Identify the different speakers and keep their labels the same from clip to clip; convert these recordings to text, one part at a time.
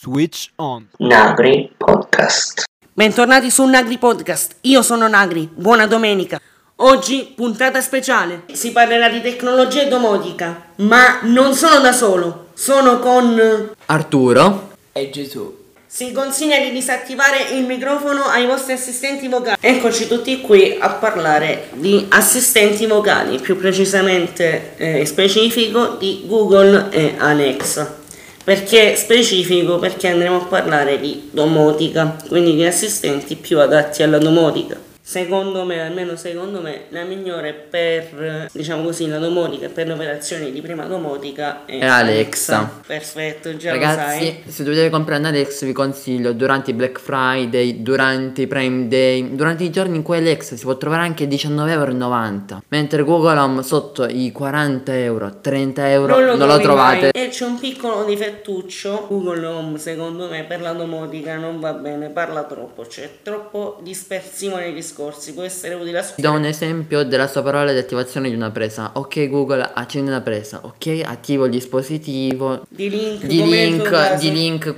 Speaker 1: Switch on.
Speaker 2: Nagri Podcast.
Speaker 3: Bentornati su Nagri Podcast, io sono Nagri, buona domenica. Oggi puntata speciale, si parlerà di tecnologia e domotica, ma non sono da solo, sono con...
Speaker 4: Arturo,
Speaker 3: Si consiglia di disattivare il microfono ai vostri assistenti vocali. Eccoci tutti qui a parlare di assistenti vocali, più precisamente eh, specifico di Google e Alexa. Perché specifico? Perché andremo a parlare di domotica, quindi di assistenti più adatti alla domotica. Secondo me, almeno secondo me, la migliore per, eh, diciamo così, la domotica e per le operazioni di prima domotica è
Speaker 4: È Alexa.
Speaker 3: Perfetto, già lo sai.
Speaker 4: ragazzi, se dovete comprare una Alexa vi consiglio durante i Black Friday, durante i Prime Day, durante i giorni in cui Alexa si può trovare anche 19,90€, mentre Google Home sotto i 40 euro, 30 euro non lo,
Speaker 3: trovi
Speaker 4: trovate.
Speaker 3: mai. E c'è un piccolo difettuccio. Google Home, secondo me, per la domotica non va bene, parla troppo, c'è troppo dispersione nei discorsi, può essere utile a
Speaker 4: Ti do un esempio della sua parola di attivazione di una presa. Ok Google, accendi una presa. Ok, attivo il dispositivo
Speaker 3: di link,
Speaker 4: di
Speaker 3: come nel tuo
Speaker 4: link,
Speaker 3: caso,
Speaker 4: di link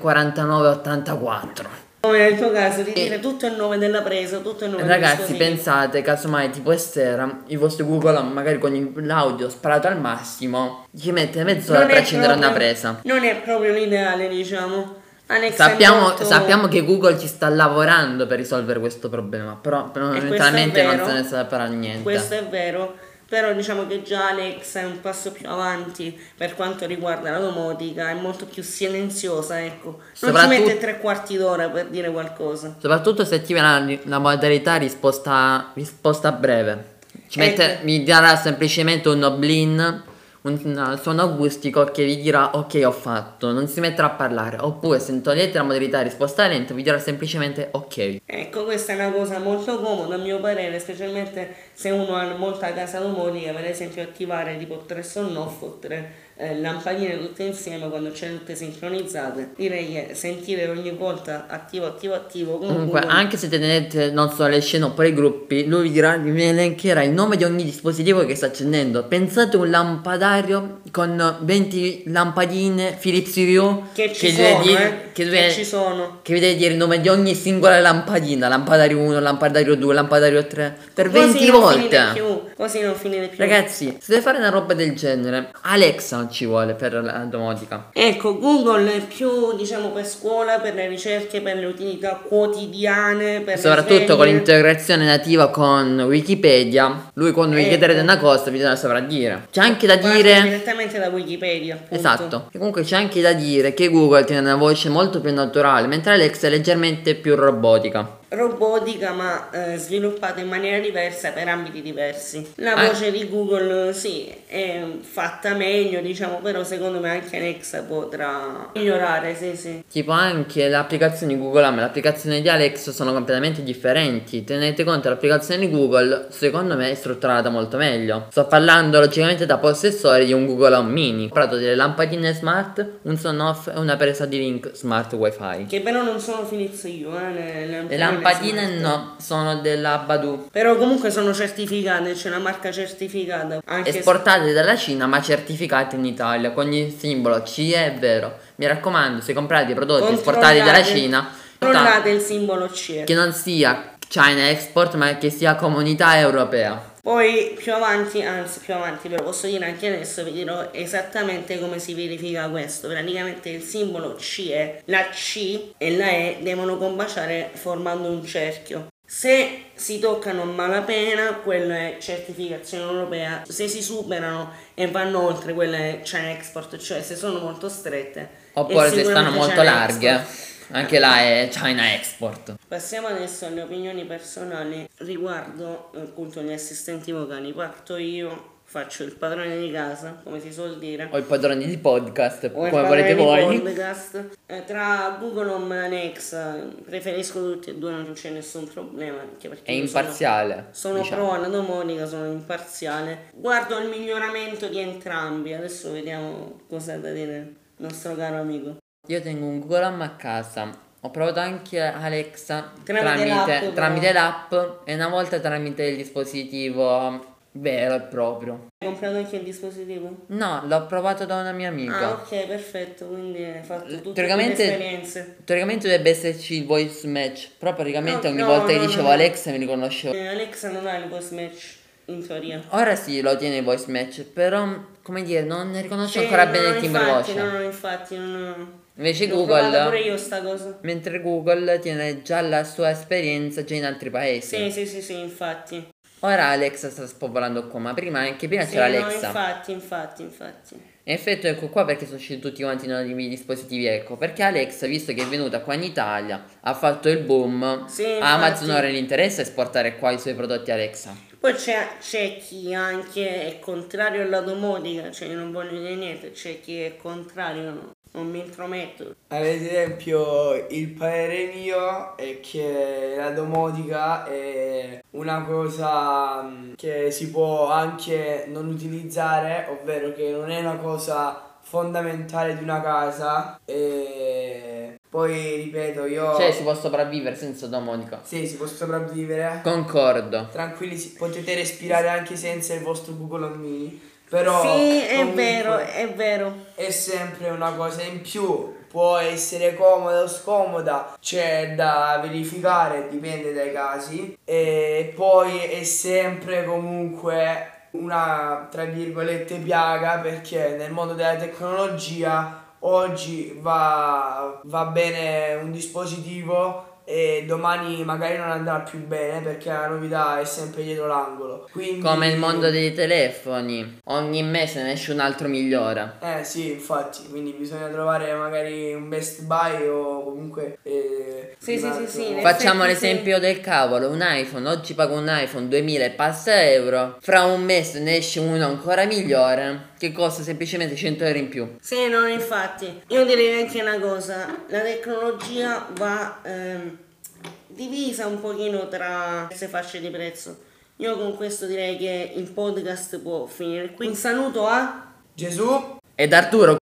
Speaker 4: 4984.
Speaker 3: come nel tuo caso, di dire tutto il nome della presa, tutto il nome del
Speaker 4: Eh. Ragazzi,
Speaker 3: dispositivo.
Speaker 4: pensate, casomai tipo stasera il vostro Google Home, magari con il- l'audio sparato al massimo, ci mette mezz'ora
Speaker 3: Non
Speaker 4: per
Speaker 3: è
Speaker 4: accendere una
Speaker 3: proprio-
Speaker 4: presa.
Speaker 3: Non è proprio l'ideale, diciamo. Alexa è
Speaker 4: Sappiamo,
Speaker 3: molto-
Speaker 4: sappiamo che Google ci sta lavorando per risolvere questo problema, però fondamentalmente non
Speaker 3: vero.
Speaker 4: se ne saprà niente.
Speaker 3: Questo è vero. Però diciamo che già Alexa è un passo più avanti per quanto riguarda la domotica, è molto più silenziosa, ecco. Non ci
Speaker 4: Soprattutto-
Speaker 3: mette tre quarti d'ora per dire qualcosa.
Speaker 4: Soprattutto se attiva la, la modalità risposta, risposta breve. Ci mette-
Speaker 3: Ecco.
Speaker 4: Mi darà semplicemente un oblin, un, un suono acustico che vi dirà ok ho fatto, non si metterà a parlare. Oppure se togliete la modalità risposta lenta vi dirà semplicemente ok.
Speaker 3: Ecco, questa è una cosa molto comoda a mio parere, specialmente se uno ha molta casa domotica, per esempio attivare tipo tre sonnoff o tre eh, lampadine tutte insieme quando c'è tutte sincronizzate. Direi che sentire ogni volta attivo, attivo, attivo. con
Speaker 4: Comunque,
Speaker 3: Google-
Speaker 4: anche se tenete, non so, le scene oppure i gruppi, lui vi dirà, vi elencherà il nome di ogni dispositivo che sta accendendo. Pensate un lampadario con 20 lampadine Philips Hue
Speaker 3: Che ci
Speaker 4: deve
Speaker 3: sono, eh,
Speaker 4: dire-
Speaker 3: che
Speaker 4: che deve-
Speaker 3: ci sono.
Speaker 4: che vi deve dire il nome di ogni singola lampadina, lampadario 1, lampadario 2, lampadario 3, per
Speaker 3: Così
Speaker 4: 20
Speaker 3: non finite
Speaker 4: volte.
Speaker 3: più, così non finite più.
Speaker 4: Ragazzi, se deve fare una roba del genere, Alexa ci vuole per la domotica.
Speaker 3: Ecco, Google è più, diciamo, per scuola, per le ricerche, per le utilità quotidiane, per le
Speaker 4: Soprattutto con
Speaker 3: sveglie.
Speaker 4: l'integrazione nativa con Wikipedia, lui quando vi
Speaker 3: Ecco.
Speaker 4: chiederete una cosa vi la saprà dire. C'è anche da
Speaker 3: Parte
Speaker 4: dire...
Speaker 3: direttamente da Wikipedia, appunto.
Speaker 4: Esatto. E comunque c'è anche da dire che Google tiene una voce molto più naturale, mentre Alexa è leggermente più robotica.
Speaker 3: Robotica, ma eh, sviluppata in maniera diversa per ambiti diversi. La
Speaker 4: Ah.
Speaker 3: voce di Google, sì, è fatta meglio, diciamo, però secondo me anche Alexa potrà migliorare, sì, sì.
Speaker 4: Tipo anche le applicazioni Google Home e l'applicazione di Alexa sono completamente differenti. Tenete conto che l'applicazione di Google, secondo me, è strutturata molto meglio. Sto parlando logicamente da possessore di un Google Home Mini. Ho comprato delle lampadine smart, un son off e una presa di link smart wifi.
Speaker 3: Che però non sono Philips io, eh, le
Speaker 4: Le
Speaker 3: lampadine
Speaker 4: lampadine
Speaker 3: smart.
Speaker 4: no, sono della Badu.
Speaker 3: Però comunque sono certificate, c'è una marca certificata. Anche
Speaker 4: Esportate dalla Cina ma certificate in Italia con il simbolo CE è vero. Mi raccomando, se comprate i prodotti esportati dalla
Speaker 3: Controllate-
Speaker 4: Cina,
Speaker 3: Controllate il simbolo CE.
Speaker 4: che non sia China Export ma che sia comunità europea.
Speaker 3: Poi più avanti, anzi più avanti, ve lo posso dire anche adesso, vi dirò esattamente come si verifica questo. Praticamente il simbolo CE, la C e la E devono combaciare formando un cerchio. Se si toccano a malapena, quella è certificazione europea. Se si superano e vanno oltre, quella è China Export, cioè se sono molto strette. è
Speaker 4: Oppure se stanno
Speaker 3: sicuramente
Speaker 4: molto
Speaker 3: China
Speaker 4: larghe,
Speaker 3: Export.
Speaker 4: anche là è China Export.
Speaker 3: Passiamo adesso alle opinioni personali riguardo eh, appunto gli assistenti vocali. Parto io, faccio il padrone di casa, come si suol dire.
Speaker 4: Ho i padroni di podcast,
Speaker 3: o il
Speaker 4: come
Speaker 3: padrone
Speaker 4: volete
Speaker 3: di
Speaker 4: voi.
Speaker 3: podcast. Eh, tra Google Home e Alexa preferisco tutti e due, non c'è nessun problema. Anche perché
Speaker 4: È
Speaker 3: io sono-
Speaker 4: imparziale.
Speaker 3: Sono
Speaker 4: diciamo.
Speaker 3: pro alla domonica, sono imparziale. Guardo il miglioramento di entrambi. Adesso vediamo cosa ha da dire il nostro caro amico.
Speaker 4: Io tengo un Google Home a casa. Ho provato anche Alexa
Speaker 3: Tramite
Speaker 4: tramite,
Speaker 3: l'app, però.
Speaker 4: tramite l'app e una volta tramite il dispositivo vero e proprio.
Speaker 3: Hai comprato anche il dispositivo?
Speaker 4: No, l'ho provato da una mia
Speaker 3: Ah,
Speaker 4: amica.
Speaker 3: ok, perfetto, quindi hai fatto tutte
Speaker 4: Teoricamente-
Speaker 3: le esperienze.
Speaker 4: Teoricamente dovrebbe esserci il voice match, però praticamente
Speaker 3: No,
Speaker 4: ogni
Speaker 3: Oh, no,
Speaker 4: volta che
Speaker 3: no,
Speaker 4: dicevo
Speaker 3: no.
Speaker 4: Alexa mi riconoscevo.
Speaker 3: Eh, Alexa non ha il voice match, in teoria.
Speaker 4: Ora sì, lo tiene il voice match, però come dire, non ne riconosce
Speaker 3: Sì,
Speaker 4: ancora
Speaker 3: no,
Speaker 4: bene
Speaker 3: Eh, no,
Speaker 4: il timbre
Speaker 3: infatti,
Speaker 4: voce.
Speaker 3: No, no, infatti, no, no.
Speaker 4: Invece
Speaker 3: L'ho provata
Speaker 4: Google,
Speaker 3: pure io sta cosa.
Speaker 4: mentre Google tiene già la sua esperienza già in altri paesi.
Speaker 3: Sì, sì, sì, sì, infatti.
Speaker 4: Ora Alexa sta spopolando qua, ma prima anche prima
Speaker 3: Sì,
Speaker 4: c'era
Speaker 3: no,
Speaker 4: Alexa.
Speaker 3: infatti, infatti, infatti.
Speaker 4: In effetti ecco qua perché sono usciti tutti quanti i nuovi dispositivi, ecco, perché Alexa, visto che è venuta qua in Italia, ha fatto il boom,
Speaker 3: Sì,
Speaker 4: a
Speaker 3: infatti.
Speaker 4: Amazon ora gli interessa esportare qua i suoi prodotti Alexa.
Speaker 3: Poi c'è, c'è chi anche è contrario all'automotica, cioè io non voglio dire niente, c'è chi è contrario, no, non mi intrometto.
Speaker 1: Ad esempio, il parere mio è che la domotica è una cosa mm, che si può anche non utilizzare, ovvero che non è una cosa fondamentale di una casa e poi ripeto io
Speaker 3: Oh.
Speaker 4: Cioè si può sopravvivere senza domotica.
Speaker 1: sì, si può sopravvivere.
Speaker 4: Concordo.
Speaker 1: Tranquilli, si- potete respirare anche senza il vostro Google Home Mini, però
Speaker 3: sì, è
Speaker 1: comunque-
Speaker 3: vero, è vero.
Speaker 1: è sempre una cosa in più. Può essere comoda o scomoda, c'è da verificare, dipende dai casi. E poi è sempre comunque una tra virgolette piaga perché nel mondo della tecnologia oggi va, va bene un dispositivo e domani magari non andrà più bene perché la novità è sempre dietro l'angolo. Quindi,
Speaker 4: Come il mondo dei telefoni, ogni mese ne esce un altro migliore.
Speaker 1: eh sì, infatti, quindi bisogna trovare magari un best buy o comunque... eh,
Speaker 3: Sì, sì,
Speaker 1: un
Speaker 3: sì,
Speaker 1: altro-
Speaker 3: sì, nel-
Speaker 4: Facciamo
Speaker 3: effetti sì.
Speaker 4: l'esempio del cavolo, un iPhone, oggi pago un iPhone 2000 e passa euro, fra un mese ne esce uno ancora migliore che costa semplicemente 100 euro in più.
Speaker 3: Sì, no, infatti. Io direi anche una cosa, la tecnologia va ehm, divisa un pochino tra queste fasce di prezzo. Io con questo direi che il podcast può finire qui. Un saluto a...
Speaker 1: Gesù?
Speaker 4: Ed Arturo